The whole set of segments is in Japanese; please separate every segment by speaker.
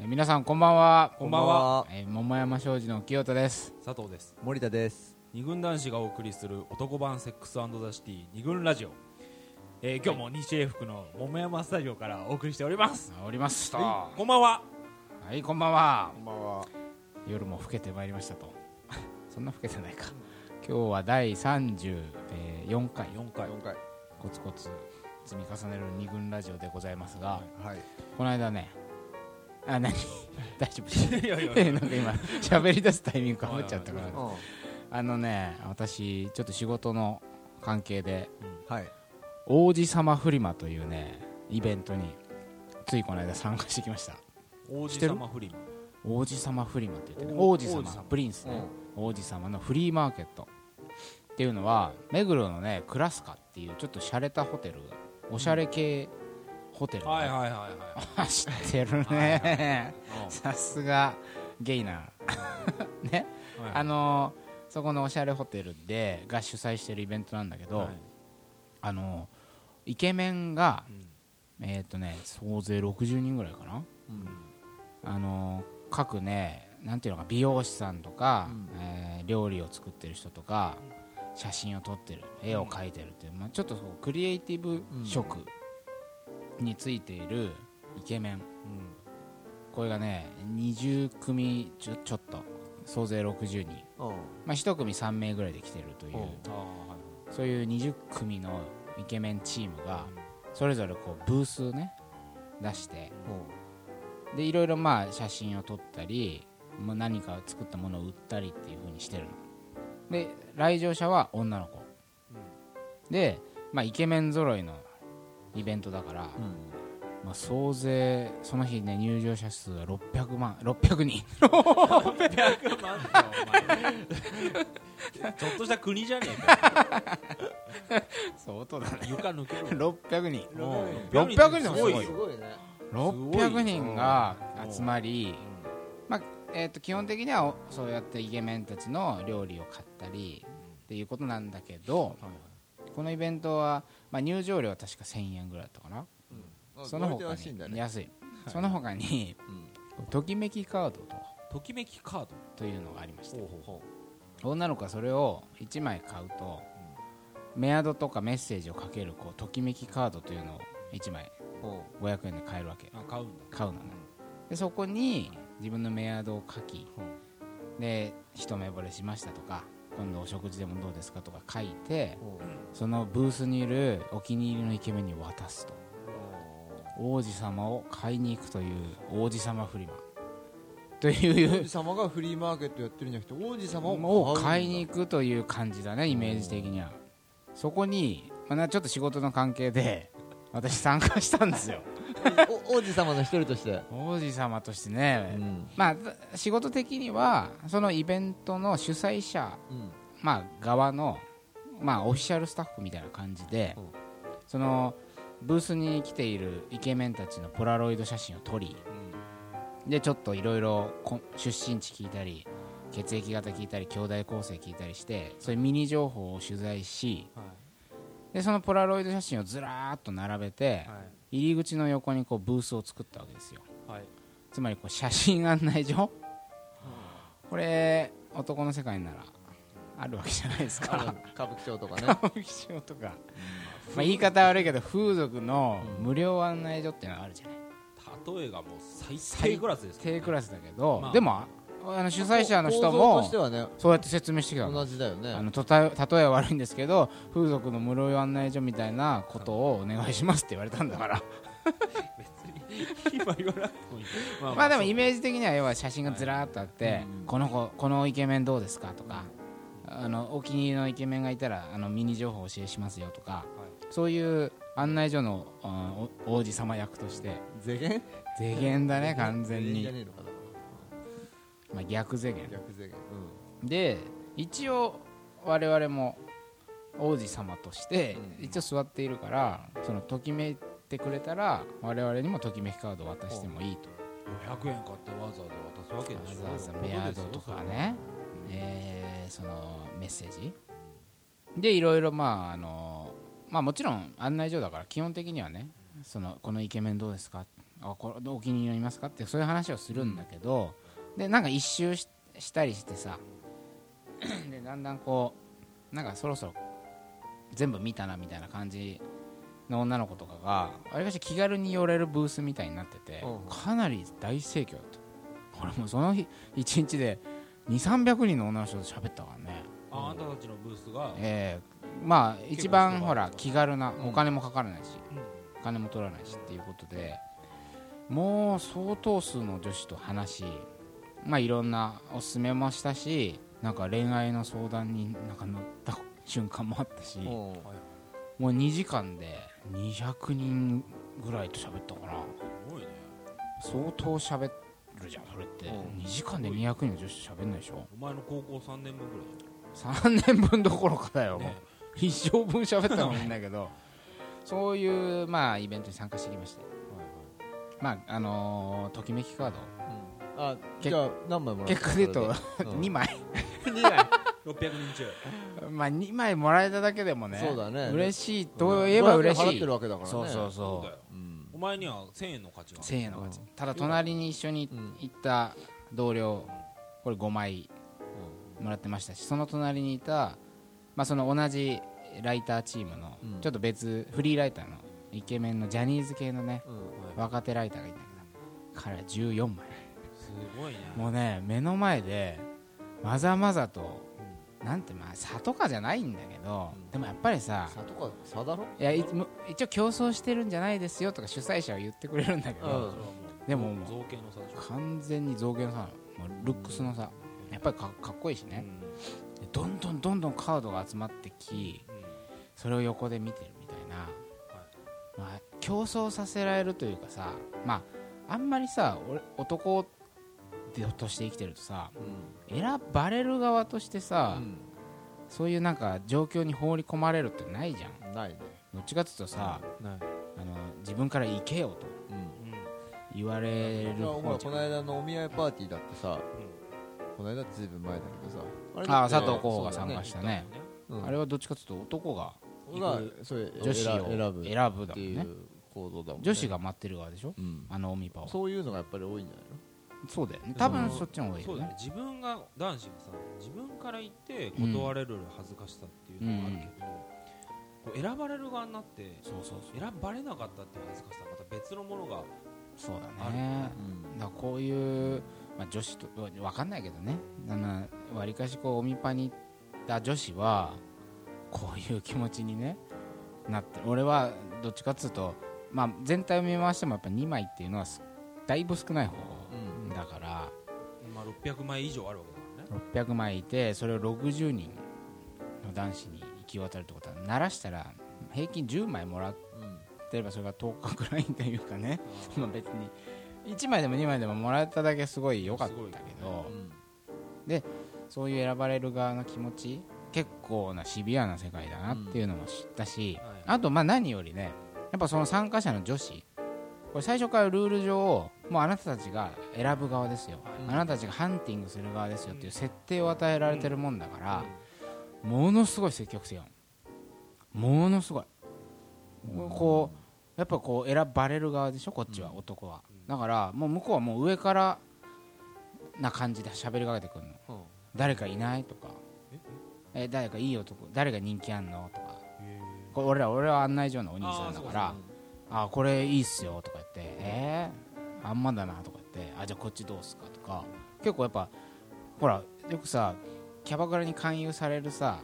Speaker 1: えー皆さんこんばんは
Speaker 2: こんばんは
Speaker 1: えー桃山商事の清田です
Speaker 2: 佐藤です
Speaker 3: 森田です
Speaker 2: 二軍男子がお送りする男版セックスザシティ二軍ラジオ、えー、今日も西英福の桃山スタジオからお送りしております
Speaker 1: おりましたは
Speaker 2: こんばんはい
Speaker 1: こんばんは
Speaker 3: こんばんは
Speaker 1: 夜も更けてまいりましたと そんな更けてないか今日は第34回
Speaker 2: 四回
Speaker 3: 4回
Speaker 1: コツコツ積み重ねる二軍ラジオでございますが、
Speaker 3: はい
Speaker 1: この間ねあ何 大丈夫
Speaker 2: いやい や
Speaker 1: なんか今喋り出すタイミングかぶっちゃったから
Speaker 2: はい
Speaker 3: うん
Speaker 1: あのね私ちょっと仕事の関係で
Speaker 3: はい
Speaker 1: 王子様フリマというねイベントについこの間参加してきました
Speaker 2: 王
Speaker 1: 知っ
Speaker 2: 子
Speaker 1: てる
Speaker 2: 様フリマ
Speaker 1: 王子様フリマって言ってね
Speaker 2: お
Speaker 1: 王子様
Speaker 2: 王子様
Speaker 1: プリンスね、王子様のフリーマーケットっていうのは目黒のねクラスカっていうちょっと洒落たホテルおしゃれ系ホテル、
Speaker 2: はい
Speaker 1: 走
Speaker 2: はいはいは
Speaker 1: 知ってる
Speaker 2: はいはい
Speaker 1: ね
Speaker 2: い、うん
Speaker 1: さすがゲイな
Speaker 2: はいはい
Speaker 1: あのーそこのおしゃれホテルでが主催してるイベントなんだけど、
Speaker 2: はい
Speaker 1: あのーイケメンが
Speaker 2: う、ん
Speaker 1: えっ、とね総勢60人ぐらいかなあのー各ねなんていうのか美容師さんとか、えー料理を作ってる人とか写真を撮ってる絵を描いてるっていう、まあ、ちょっとそうクリエイティブ色についているイケメン、これがね20組ちょちょっと総勢60人、
Speaker 3: うん
Speaker 1: まあ、1組3名ぐらいで来てるという、
Speaker 3: う
Speaker 2: あー
Speaker 3: ん
Speaker 2: はい
Speaker 1: そういう20組のイケメンチームがそれぞれこうブースね出してでいろいろまあ写真を撮ったり、まあ、何か作ったものを売ったりっていう風にしてるので来場者は女の子、で、まあ、イケメン揃いのイベントだから、まあ、総勢その日ね入場者数が600万600人
Speaker 2: 100万だよお前ちょっとした国じゃねえか
Speaker 1: 相当だね
Speaker 2: 床抜けろ
Speaker 1: 600人
Speaker 2: もう
Speaker 1: 600人もすごいよ
Speaker 3: すごいね
Speaker 1: 600人が集まり、まあえー、と基本的にはおそうやってイケメンたちの料理を買ったりっていうことなんだけど、
Speaker 2: はいはい
Speaker 1: このイベントは、まあ、入場料は確か1000円ぐらいだったかな、その他
Speaker 3: らしいんだ
Speaker 1: に
Speaker 3: ね
Speaker 1: 安い、その他に、ときめきカードと
Speaker 2: ときめきカード
Speaker 1: というのがありまして
Speaker 2: ほうほうほ
Speaker 1: 女の子はそれを1枚買うと、メアドとかメッセージをかけるこうときめきカードというのを1枚500円で買えるわけ
Speaker 2: うあ買うんだ
Speaker 1: 買うのねでそこに自分のメアドを書き、で一目惚れしましたとか今度お食事でもどうですかとか書いてそのブースにいるお気に入りのイケメンに渡すと王子様を買いに行くという王子様フリマとい
Speaker 3: 王
Speaker 1: う
Speaker 3: 子様がフリーマーケットやってるんじゃなくて王子様
Speaker 1: を
Speaker 3: を
Speaker 1: 買いに行くという感じだねイメージ的にはそこに、まあな、ちょっと仕事の関係で私参加したんですよ
Speaker 3: お王子様の一人として
Speaker 1: 王子様としてね、
Speaker 3: ん
Speaker 1: まあた仕事的にはそのイベントの主催者、
Speaker 3: うん
Speaker 1: まあ、側の、まあ、オフィシャルスタッフみたいな感じで、
Speaker 3: うん
Speaker 1: そのブースに来ているイケメンたちのポラロイド写真を撮り、でちょっといろいろ出身地聞いたり血液型聞いたり兄弟構成聞いたりしてそういうミニ情報を取材し
Speaker 2: はい
Speaker 1: でそのポラロイド写真をずらーっと並べて、
Speaker 2: はい
Speaker 1: 入り口の横にこうブースを作ったわけですよ
Speaker 2: はい
Speaker 1: つまりこう写真案内所これ男の世界ならあるわけじゃないです
Speaker 3: あ
Speaker 1: か
Speaker 3: の歌舞伎町とかね
Speaker 1: 歌舞伎町とか、 まあ、言い方悪いけど風俗の無料案内所っていうのがあるじゃない
Speaker 2: 例えがもう最低クラスです
Speaker 1: 低クラスだけど、
Speaker 2: まあ
Speaker 1: でもああの 主催者の人
Speaker 3: 構造として
Speaker 1: も
Speaker 3: はね
Speaker 1: そうやって説明してきたの
Speaker 3: 同じだよね
Speaker 1: あのとた例えは悪いんですけど風俗の無料案内所みたいなことをお願いしますって言われたんだから
Speaker 2: 別に今言わなくてもいいま
Speaker 1: まあでもイメージ的には要は写真がずらーっとあって、この子このイケメンどうですかとか、あのお気に入りのイケメンがいたらあのミニ情報教えしますよとか、そういう案内所の、うんお王子様役として
Speaker 3: 世間
Speaker 1: 世間だね完全
Speaker 3: 全員じゃ
Speaker 1: に、
Speaker 3: ねえのかな
Speaker 1: まあ、逆世間
Speaker 3: 逆世間う
Speaker 1: で一応我々も王子様として一応座っているから、そのときめいてくれたら我々にもときめきカードを渡してもいいと
Speaker 2: 500円買ってわざわざ渡すわけでしょ
Speaker 1: わざわざメアドとかねえーそのメッセージでいろいろまああのまあもちろん案内所だから基本的にはねそのこのイケメンどうですかあこれお気に入りますかってそういう話をするんだけど、でなんか一周ししたりしてさ でだんだんこうなんかそろそろ全部見たなみたいな感じの女の子とかがあれがし気軽に寄れるブースみたいになってて
Speaker 3: うん
Speaker 1: かなり大盛況だった俺もうその日一日で2 3 0 0人の女の人と喋ったからね
Speaker 2: ああんたたちのブースが、
Speaker 1: えーまあ一番ほら気軽な
Speaker 3: うん
Speaker 1: お金もかからないし、
Speaker 2: うん
Speaker 1: お金も取らないしっていうことでもう相当数の女子と話しまあいろんなおすすめもしたしなんか恋愛の相談になんか乗った瞬間もあったしも
Speaker 3: おう
Speaker 1: う2時間で200人ぐらいと喋ったかな
Speaker 2: すごいね
Speaker 1: 相当喋るじゃんそれって
Speaker 3: うん
Speaker 1: 2時間で200人の女子と喋んないでしょ
Speaker 2: お前の高校3年分ぐらいじ
Speaker 1: 3年分どころかだ
Speaker 2: ゃ
Speaker 1: よ、
Speaker 2: ん、ね、
Speaker 1: 一生分喋ったかもしれないけ どそういう、まあ、イベントに参加してきまして、まああのーときめきカード
Speaker 3: うんあ
Speaker 1: け
Speaker 3: じゃあ何枚もらった
Speaker 1: 結果で言うと
Speaker 3: それで
Speaker 1: 2枚
Speaker 3: うん二枚
Speaker 2: 600人中
Speaker 1: まあ2枚もらえただけでもね
Speaker 3: そうだね
Speaker 1: 嬉しいと言えば嬉し
Speaker 3: 払っ
Speaker 1: い、
Speaker 3: てるわけだからね
Speaker 1: そうそう
Speaker 2: そう
Speaker 1: そ
Speaker 2: だ
Speaker 1: う
Speaker 2: よ
Speaker 3: うん
Speaker 2: お前には1000円の価値がある
Speaker 1: 1000円の価値ただ隣に一緒に
Speaker 3: うん
Speaker 1: 行った同僚これ5枚もらってましたしその隣にいた、まあ、その同じライターチームの
Speaker 3: うん
Speaker 1: ちょっと別フリーライターのイケメンのジャニーズ系のね
Speaker 3: うん
Speaker 1: 若手ライターがいたんだけど彼は14枚
Speaker 2: すごいね
Speaker 1: もうね目の前でまざまざと、なんてまあ差とかじゃないんだけど、
Speaker 3: うん
Speaker 1: でもやっぱりさ
Speaker 3: 差とか差だろ
Speaker 1: いやいむ一応競争してるんじゃないですよとか主催者は言ってくれるんだけ
Speaker 3: う
Speaker 1: ど、
Speaker 3: ん
Speaker 2: それはもう
Speaker 1: でももう
Speaker 2: 造形の差でしょ
Speaker 1: 完全に増減さもうルックスのさやっぱりかかっこいいしね、でどんどんどんどんカードが集まってき
Speaker 2: うんうん
Speaker 1: それを横で見てるみたいな、まあ、競争させられるというかさまああんまりさ俺男として生きてるとさ
Speaker 3: う
Speaker 1: 選ばれる側としてさ、
Speaker 3: ん
Speaker 1: そういうなんか状況に放り込まれるってないじゃん
Speaker 3: うんないね
Speaker 1: どっちかっていうとさ、
Speaker 2: ない
Speaker 1: あの自分から行けよと
Speaker 3: うん
Speaker 2: うん
Speaker 1: 言われる
Speaker 3: いやお前
Speaker 1: 方じ
Speaker 3: こ
Speaker 1: ゃ
Speaker 3: の
Speaker 1: ん
Speaker 3: 間のお見合いパーティーだってさこの間ずいぶん前だけどさあ
Speaker 1: あ
Speaker 3: だ
Speaker 1: あ
Speaker 3: っ
Speaker 1: 佐
Speaker 3: て
Speaker 1: 藤候補が参加し
Speaker 3: そ
Speaker 1: たね
Speaker 3: うだよね
Speaker 1: あれはどっちかっていうと男が
Speaker 3: うんがそういう
Speaker 1: 女子を
Speaker 3: 選
Speaker 1: 選
Speaker 3: ぶ
Speaker 1: ぶ
Speaker 3: 選ぶ
Speaker 1: だ
Speaker 3: っ
Speaker 1: も
Speaker 3: て
Speaker 1: ん
Speaker 3: い
Speaker 1: ね
Speaker 3: う行動だもんね
Speaker 1: 女子が待ってる側でしょ
Speaker 3: うん
Speaker 1: あのオミパを
Speaker 3: そういうのがやっぱり多いんじゃないの
Speaker 1: そうだよね多
Speaker 2: う
Speaker 1: 分
Speaker 2: ん
Speaker 1: そっちの方がいい
Speaker 2: そ
Speaker 1: よ
Speaker 2: うだ
Speaker 1: ね
Speaker 2: ね自分が男子がさ自分から言って断れる恥ずかしさっていうのもあるけど、こう選ばれる側になって
Speaker 1: そうそうそう
Speaker 2: 選ばれなかったっていう恥ずかしさはまた別のものが
Speaker 1: そう
Speaker 2: あ
Speaker 1: だ
Speaker 2: る
Speaker 1: ね
Speaker 3: うん
Speaker 1: だからこういう、まあ、女子とわかんないけどねあのわりかしこうオミパに行った女子はこういう気持ちに、ね、なって俺はどっちかっつうと、まあ、全体を見回してもやっぱ2枚っていうのはすだいぶ少ない方
Speaker 3: う
Speaker 1: だから
Speaker 2: 今600枚以上あるわけだからね
Speaker 1: 600枚いてそれを60人の男子に行き渡るってことは鳴らしたら平均10枚もらっ
Speaker 3: うん
Speaker 1: てればそれが10日くらいというかね まあ別に1枚でも2枚でももらえただけすごい良かったけど。
Speaker 3: うん
Speaker 1: そういう選ばれる側の気持ち結構なシビアな世界だなっていうのも知ったし、
Speaker 2: うんはい
Speaker 1: あとまあ何よりねやっぱその参加者の女子これ最初からルール上もうあなたたちが選ぶ側ですよ、
Speaker 3: うん
Speaker 1: あなたたちがハンティングする側ですよっていう設定を与えられてるもんだから、ものすごい積極性やんものすごい、こうやっぱこう選ばれる側でしょこっちは、男はだからもう向こうはもう上からな感じで喋りかけてくるの
Speaker 3: うん
Speaker 1: 誰かいないとか
Speaker 2: え
Speaker 1: え誰かいい男誰が人気あんのとか
Speaker 2: へ
Speaker 1: これ俺ら俺は案内所のお兄さ
Speaker 2: あ
Speaker 1: ん
Speaker 2: ー
Speaker 1: だ
Speaker 2: そう
Speaker 1: か
Speaker 2: そう
Speaker 1: らあこれいいっすよとか言ってえー、あんまだなとか言ってあじゃあこっちどうっすかとか結構やっぱほらよくさキャバクラに勧誘されるさ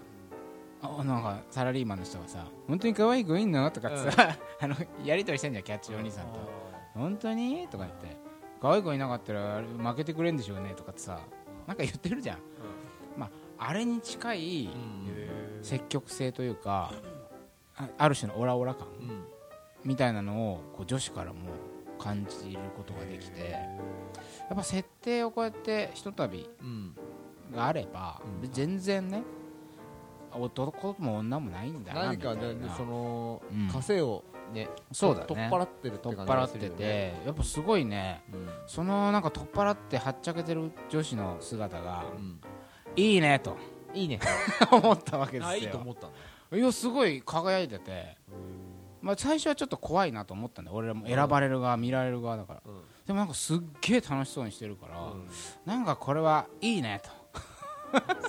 Speaker 1: あなんかサラリーマンの人がさ本当に可愛い子いんのとかってさ、 あのやり取りしてんじゃんキャッチお兄さんと本当にとか言って可愛い子いなかったらあれ負けてくれんでしょうねとかってさなんか言ってるじゃん、まああれに近い
Speaker 2: え
Speaker 1: 積極性というか、あある種のオラオラ感
Speaker 3: うん
Speaker 1: みたいなのをこう女子からも感じることができてやっぱ設定をこうやってひとたび
Speaker 3: うん
Speaker 1: があれば、
Speaker 3: うん
Speaker 1: 全然ね男も女もないんだな
Speaker 3: 何
Speaker 1: みた
Speaker 3: か
Speaker 1: いな
Speaker 3: ねその
Speaker 1: うん
Speaker 3: 枷をね
Speaker 1: そうだね
Speaker 3: 取っ払ってるって
Speaker 1: 取
Speaker 3: 感
Speaker 1: っ
Speaker 3: じ
Speaker 1: 払
Speaker 3: が
Speaker 1: っ
Speaker 3: す
Speaker 1: て
Speaker 3: る
Speaker 1: て、
Speaker 3: よね
Speaker 1: やっぱすごいね
Speaker 3: うん
Speaker 1: そのなんか取っ払ってはっちゃけてる女子の姿が
Speaker 3: うん
Speaker 1: いいねと
Speaker 3: いいね
Speaker 1: 思ったわけで
Speaker 2: あ
Speaker 1: す
Speaker 2: いいと
Speaker 1: よ
Speaker 2: 思ったんだ
Speaker 1: いやすごい輝いててまあ、最初はちょっと怖いなと思ったんで俺らも選ばれる側、見られる側だから
Speaker 2: うん
Speaker 1: でもなんかすっげえ楽しそうにしてるから、なんかこれはいいねと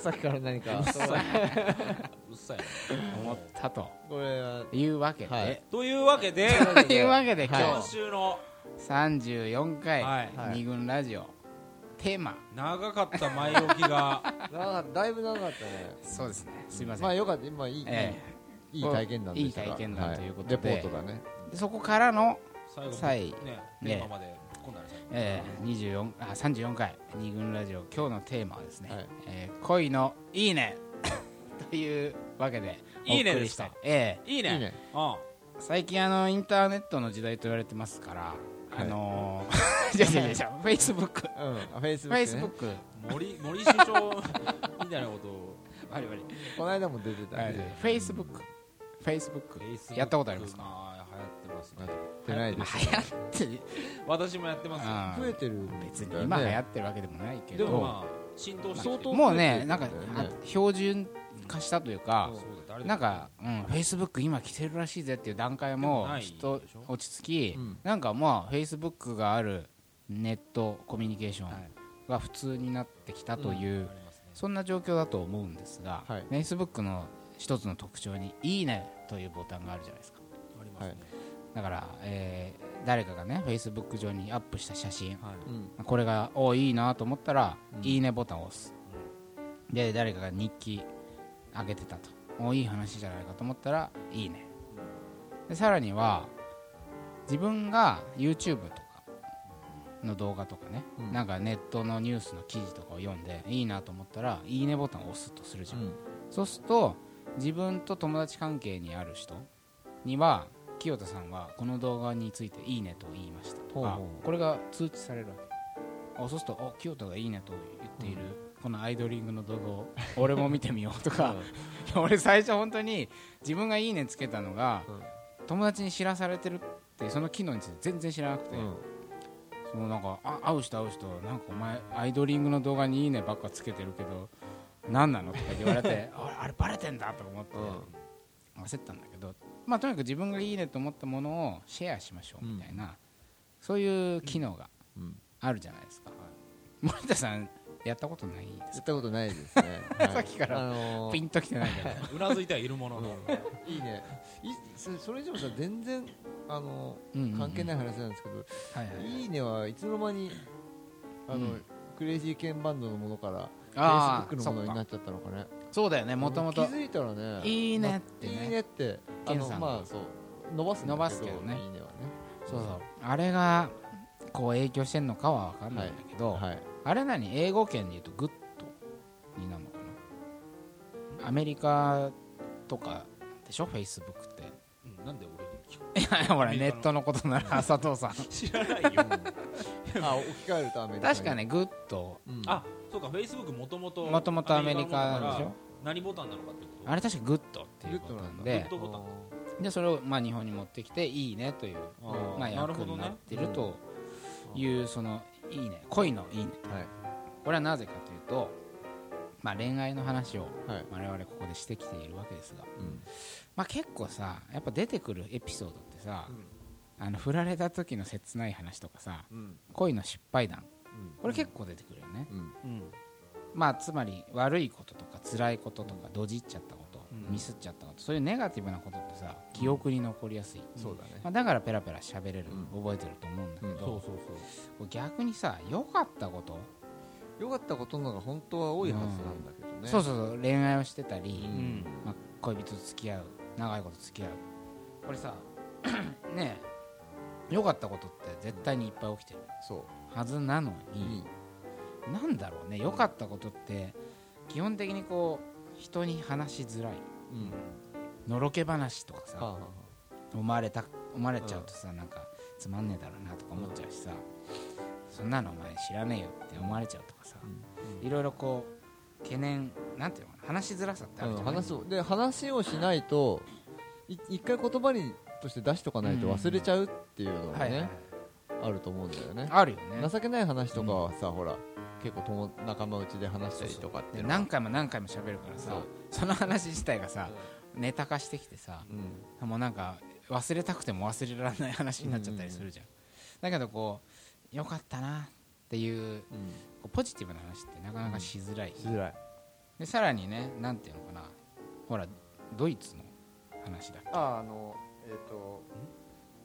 Speaker 3: さっきから何か
Speaker 2: うっさいな
Speaker 1: 思ったと
Speaker 3: これは
Speaker 1: いうわけで、
Speaker 3: はい
Speaker 2: というわけで
Speaker 1: と いうわけで今
Speaker 3: はい
Speaker 2: 今
Speaker 1: 日
Speaker 2: 週の
Speaker 1: 34回、
Speaker 2: はい
Speaker 3: はい
Speaker 1: 二軍ラジオテーマ
Speaker 2: 長かった前置きが
Speaker 3: なだいぶ長かったね
Speaker 1: そうですねすいません、
Speaker 3: まあよかった今いい、
Speaker 1: え
Speaker 3: いい体験談でした
Speaker 1: いい体験談ということで
Speaker 3: レポートがね
Speaker 1: えでそこからの、
Speaker 2: 最後
Speaker 1: 最
Speaker 2: にね
Speaker 1: ね
Speaker 2: 今まで今度はね
Speaker 1: えー、24あ34回二軍ラジオ今日のテーマはですね、
Speaker 3: はい
Speaker 1: えー恋のいいね というわけで
Speaker 2: いいね
Speaker 1: お送りしたええ
Speaker 2: いい
Speaker 3: い
Speaker 2: ね
Speaker 3: いね
Speaker 2: うん
Speaker 1: 最近あのインターネットの時代と言われてますから、
Speaker 3: い
Speaker 1: あの ー、じゃじゃじゃじゃフェイスブックフ
Speaker 3: うんフェイスブ
Speaker 1: ェイ
Speaker 3: ッ
Speaker 1: ス
Speaker 3: ク
Speaker 1: ブ
Speaker 3: ね
Speaker 1: ック
Speaker 2: 森森首相みたいなことをバリバリ
Speaker 3: この間も出てたんで
Speaker 1: フェイスブックフェイスブックやったことありますか
Speaker 2: か流行ってますね
Speaker 3: 出ないです
Speaker 1: 流行ってる
Speaker 2: 私もやってますよ
Speaker 3: 増えてる
Speaker 1: 別に今流行ってるわけでもないけ
Speaker 2: で
Speaker 1: ど
Speaker 2: もまあ浸透して
Speaker 3: 相当
Speaker 1: もうねなんか、
Speaker 3: ね
Speaker 1: あ標準化したというか
Speaker 2: そうだ誰だ
Speaker 1: なんかフェイスブック今来てるらしいぜっていう段階
Speaker 2: でも
Speaker 1: も
Speaker 2: ないでしょ
Speaker 1: 人落ち着き、
Speaker 3: うん
Speaker 1: なんかまあフェイスブックがあるネットコミュニケーション
Speaker 2: はい
Speaker 1: が普通になってきたという、
Speaker 2: ありますね
Speaker 1: そんな状況だと思うんですが、
Speaker 3: はい
Speaker 1: フェイスブックの一つの特徴に「いいね」というボタンがあるじゃないですか
Speaker 2: ありますね
Speaker 1: だから、えー誰かがねフェイスブック上にアップした写真
Speaker 2: はい
Speaker 3: うん
Speaker 1: これがおいいなと思ったら「
Speaker 3: うん
Speaker 1: いいね」ボタンを押す、で誰かが日記あげてたとおいい話じゃないかと思ったら「いいね」でさらには自分が YouTube とかの動画とかね、
Speaker 3: うん
Speaker 1: なんかネットのニュースの記事とかを読んでいいなと思ったら「いいね」ボタンを押すとするじゃん、そうすると自分と友達関係にある人には清田さんはこの動画について「いいね」と言いましたと
Speaker 3: ほう
Speaker 1: か
Speaker 3: ほう
Speaker 1: これが通知されるわけあそうするとあ「清田がいいね」と言っている、このアイドリングの動画を 俺も見てみようとか、いや俺最初本当に自分が「いいね」つけたのが、友達に知らされてるってその機能について全然知らなくて、
Speaker 3: うん
Speaker 1: そのなんかあ会う人会う人なんかお前アイドリングの動画に「いいね」ばっかつけてるけど何なのとか言われ てああれバレてんだとか思って、焦ったんだけどまあとにかく自分がいいねと思ったものをシェアしましょうみたいな、そういう機能が
Speaker 3: うん
Speaker 1: あるじゃないですか、森田さんやったことないです
Speaker 3: やったことないですね はい
Speaker 1: さっきから
Speaker 3: あのー
Speaker 1: ピンときて ないけど
Speaker 2: うなずいてはいるものの
Speaker 3: いいねいそそれ以上さ全然あの
Speaker 1: うんうんうん
Speaker 3: 関係ない話なんですけど
Speaker 1: はいはい
Speaker 3: 「
Speaker 1: はい
Speaker 3: いね」はいつの間にあ
Speaker 1: う
Speaker 3: の
Speaker 1: ん
Speaker 3: クレイジーケンバンドのものから
Speaker 1: ああ
Speaker 3: Facebook のものに
Speaker 1: そ
Speaker 3: な
Speaker 1: っ
Speaker 3: っ
Speaker 1: か
Speaker 3: ちゃったのかね
Speaker 1: そうだよねもとも
Speaker 3: 気
Speaker 1: と
Speaker 3: づいたらね
Speaker 1: 「いいね」ってね
Speaker 3: いいねってあ
Speaker 1: ケン
Speaker 3: の
Speaker 1: さんの
Speaker 3: まあそう伸ばすんだ
Speaker 1: 伸ばすけどね
Speaker 3: いいねはね
Speaker 1: そうそうあれがこう影響してんのかは分かんないんだけど、
Speaker 3: はい
Speaker 1: あれ何英語圏で言うとグッドになるのかなアメリカとかでしょフェイスブックって
Speaker 2: うんなんで俺に聞く
Speaker 1: いやほら
Speaker 2: アメ
Speaker 1: ネ
Speaker 2: リカの
Speaker 1: ットのことな ら佐藤さん
Speaker 2: 知らないよ
Speaker 3: あ置き換えるとアメリカ
Speaker 1: 確かねグッド
Speaker 3: うん
Speaker 2: あそうかフェイスブックもともと
Speaker 1: もともとアメリカなんでし
Speaker 2: アメリカのもの
Speaker 1: ょ
Speaker 2: から何ボタンなのかってこと
Speaker 1: あれ確かグッドっていうことな
Speaker 3: グ
Speaker 1: ん
Speaker 3: ッドなんだ
Speaker 1: で
Speaker 2: グッドボタン
Speaker 1: でそれをまあ日本に持ってきていいねという
Speaker 2: あー
Speaker 1: まあ
Speaker 2: なる
Speaker 1: 役
Speaker 2: ほど
Speaker 1: に
Speaker 2: ね
Speaker 1: なってるというそのいいね恋のいいね
Speaker 3: はい
Speaker 1: これはなぜかというとまあ恋愛の話を
Speaker 3: はい
Speaker 1: 我々ここでしてきているわけですが
Speaker 3: うん
Speaker 1: まあ、結構さやっぱ出てくるエピソードってさ、あの振られた時の切ない話とかさ
Speaker 3: うん
Speaker 1: 恋の失敗談
Speaker 3: うん
Speaker 1: これ結構出てくるよね、
Speaker 3: うん
Speaker 2: うん
Speaker 1: まあつまり悪いこととか辛いこととかドジっちゃったこと、
Speaker 2: うん
Speaker 1: ミスっちゃったことそういうネガティブなことってさ記憶に残りやすい、
Speaker 3: そうだね
Speaker 1: まあ、だからペラペラ喋れる、
Speaker 3: うん
Speaker 1: 覚えてると思うんだけど、
Speaker 3: うん
Speaker 2: そうそうそ
Speaker 1: こう逆にさ良かったこと、
Speaker 3: 良かったことの方が本当は多いはずなんだけどね
Speaker 1: そうそうそう恋愛をしてたり、
Speaker 2: ううん
Speaker 1: まあ、恋人と付き合う長いこと付き合うこれさねえ良かったことって絶対にいっぱい起きてる
Speaker 3: そ
Speaker 1: はずなの
Speaker 3: う
Speaker 1: に、なんだろうね良かったことって基本的にこう人に話しづらい
Speaker 3: うん
Speaker 1: のろけ話とか
Speaker 3: はあ
Speaker 1: さ
Speaker 3: はあはあ
Speaker 1: 思われた思われちゃうとさ、なんかつまんねえだろうなとか思っちゃうしさ、そんなのお前知らねえよって思われちゃうとかさ、いろいろこう懸念なんていうのかな話しづらさってあるじ
Speaker 3: う
Speaker 1: ゃ
Speaker 3: ん
Speaker 1: ない、
Speaker 3: 話そうで話をしないとい一回言葉にとして出しとかないと忘れちゃうっていうの
Speaker 1: は
Speaker 3: が
Speaker 1: いはいは
Speaker 3: ね
Speaker 1: い
Speaker 3: あると思うんだよね
Speaker 1: あるよね
Speaker 3: 情けない話とかはさほら結構友仲間内で話したりとかってい
Speaker 1: で
Speaker 3: うのは
Speaker 1: 何回も何回も喋るからさその話自体がさネタ化してきてさ、もうなんか忘れたくても忘れられない話になっちゃったりするじゃん、だけどこうよかったなっていう
Speaker 3: うん
Speaker 1: こうポジティブな話ってなかなかしづらい、
Speaker 3: しづらい
Speaker 1: でさらにねなんていうのかなほらドイツの話だっけ
Speaker 4: ああのえっ、と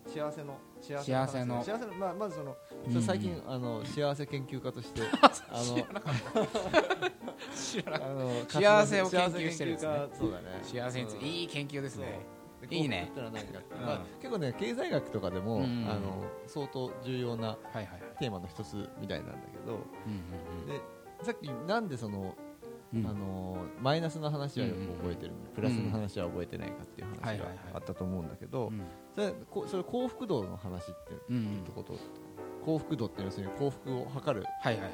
Speaker 4: 幸せの幸
Speaker 1: 幸せの
Speaker 4: 話幸せのまあまずその
Speaker 3: それ最
Speaker 1: うん
Speaker 3: 近あの幸せ研究家と してあのあの
Speaker 1: 幸せを研究してるんですね
Speaker 3: 幸せ研究家そうだね
Speaker 1: 幸せについて、
Speaker 3: うん
Speaker 1: いい研究ですね
Speaker 3: そう
Speaker 1: いいね
Speaker 3: 幸福ってのは何かって
Speaker 1: うん
Speaker 3: まあ結構ね経済学とかでも
Speaker 1: う
Speaker 3: あ
Speaker 1: ん
Speaker 3: の相当重要な
Speaker 1: はいはいはい、
Speaker 3: テーマの一つみたいなんだけど
Speaker 1: うん
Speaker 3: でさっきなんでその
Speaker 1: うんうん
Speaker 3: あのマイナスの話はよく覚えてるのにプラスの話は覚えてないかっていう
Speaker 1: はい
Speaker 3: 話
Speaker 1: は
Speaker 3: が
Speaker 1: いはい
Speaker 3: あったと思うんだけど
Speaker 1: うん
Speaker 3: それこそれ幸福度の話っていう
Speaker 1: うんう
Speaker 3: っ
Speaker 1: ん
Speaker 3: てこと幸福度って要するに幸福を測る
Speaker 1: はいはいはい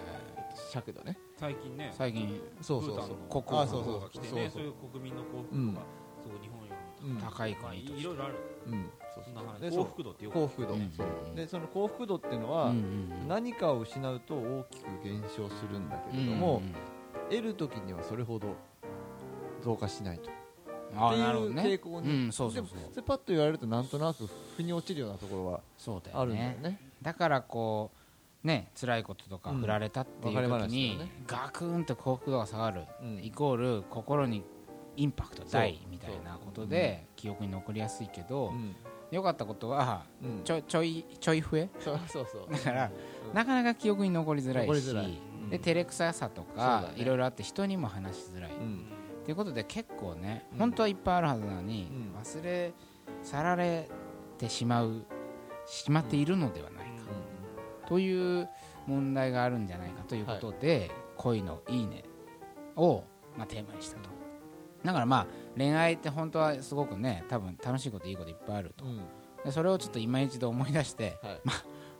Speaker 3: 尺度ね
Speaker 2: 最近ね
Speaker 1: 最近
Speaker 3: そうそう
Speaker 2: ブータン
Speaker 3: そ
Speaker 2: の
Speaker 3: う
Speaker 1: 国王
Speaker 3: あそう
Speaker 2: 国
Speaker 3: そ
Speaker 2: 王
Speaker 3: う
Speaker 2: が来てね
Speaker 3: そう
Speaker 2: そ
Speaker 3: そう
Speaker 2: いうう国民の幸
Speaker 3: う
Speaker 2: 福
Speaker 3: ん
Speaker 2: 度がすごい日本より
Speaker 3: うん
Speaker 1: 高い
Speaker 2: もまあ
Speaker 1: 国と
Speaker 2: い
Speaker 1: して
Speaker 2: ろいろある
Speaker 3: うんそ
Speaker 2: そ
Speaker 3: うそ
Speaker 2: ん
Speaker 3: う
Speaker 2: な話
Speaker 3: で
Speaker 2: 幸福度ってよく
Speaker 3: 幸福度
Speaker 1: うん
Speaker 3: そう
Speaker 1: うん
Speaker 3: でその幸福度っていうの
Speaker 1: うん
Speaker 3: は
Speaker 1: うんうん
Speaker 3: 何かを失うと大きく減少するんだけれど
Speaker 1: う
Speaker 3: も
Speaker 1: んうん
Speaker 3: 得る時にはそれほど増加しないと
Speaker 1: うんああなるほど
Speaker 3: っていう
Speaker 1: ね
Speaker 3: 傾向
Speaker 1: う
Speaker 3: に
Speaker 1: んそうそうそう
Speaker 3: それパッと言われるとなんとなく腑に落ちるようなところは
Speaker 1: そうだ
Speaker 3: あ
Speaker 1: よ
Speaker 3: るんだよ
Speaker 1: ね
Speaker 3: ね
Speaker 1: だからこうね辛いこととか
Speaker 3: うん
Speaker 1: 振られたっていう時に、
Speaker 3: 別れ話とかね
Speaker 1: ガクンと幸福度が下がる、
Speaker 3: うん
Speaker 1: イコール心にインパクト大みたいな
Speaker 3: そう
Speaker 1: ことで記憶に残りやすいけど
Speaker 3: う、ん
Speaker 1: 良かったことは
Speaker 3: うん
Speaker 1: ちょちょいちょい増え
Speaker 3: そうそうそう
Speaker 1: だから、
Speaker 3: うん
Speaker 1: なかなか記憶に残りづらい
Speaker 3: 残り
Speaker 1: し
Speaker 3: づらい
Speaker 1: で照れくささと
Speaker 3: そう
Speaker 1: か、
Speaker 3: だね
Speaker 1: いろいろあって人にも話しづらい、
Speaker 3: う
Speaker 1: っ
Speaker 3: ん
Speaker 1: ていうことで結構ね、
Speaker 3: うん
Speaker 1: 本当はいっぱいあるはずなのに、
Speaker 3: うん
Speaker 1: 忘れ去られてしまうしまっているのではないか、という問題があるんじゃないかということで、恋の「いいねを」まあ、テーマにしたとだからまあ恋愛って本当はすごくね多分楽しいこといいこといっぱいあると
Speaker 3: うんうん
Speaker 1: でそれをちょっと今一度思い出して
Speaker 3: はい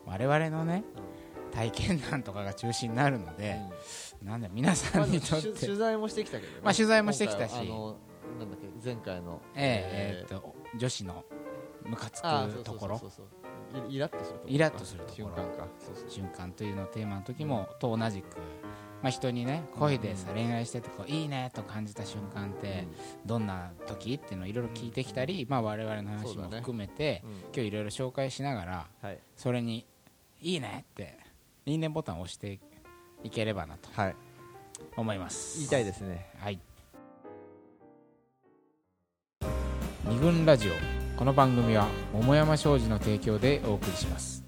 Speaker 1: 我々のね体験談とかが中心になるので、なんだ皆さんにと
Speaker 3: ま
Speaker 1: っ
Speaker 3: あ取
Speaker 1: て、
Speaker 3: 取材もしてきたけどね
Speaker 1: まあ、取材もしてきたし
Speaker 3: 今回はあのなんだっけ前回の
Speaker 1: えええーっと女子のムカつ
Speaker 3: あー
Speaker 1: く
Speaker 3: そうそ
Speaker 1: と
Speaker 3: う
Speaker 1: こ
Speaker 3: そう
Speaker 1: ろ
Speaker 3: そうそうイイラッとするところ
Speaker 1: イラッとするところ
Speaker 3: 瞬間かそうそう
Speaker 1: 瞬間というのをテーマの時もと同じく、まあ、人にね恋でさ恋愛しててこういいねと感じた瞬間ってどんな時っていうのをいろいろ聞いてきたり、まあ、我々の話
Speaker 3: そう
Speaker 1: も
Speaker 3: だね
Speaker 1: 含めて、
Speaker 3: うん
Speaker 1: 今日いろいろ紹介しながら
Speaker 3: はい
Speaker 1: それに「いいね」って「いいね」ボタンを押していければなと
Speaker 3: はい
Speaker 1: 思います
Speaker 3: 言いたいですね
Speaker 1: はい二軍ラジオこの番組は桃山商事の提供でお送りします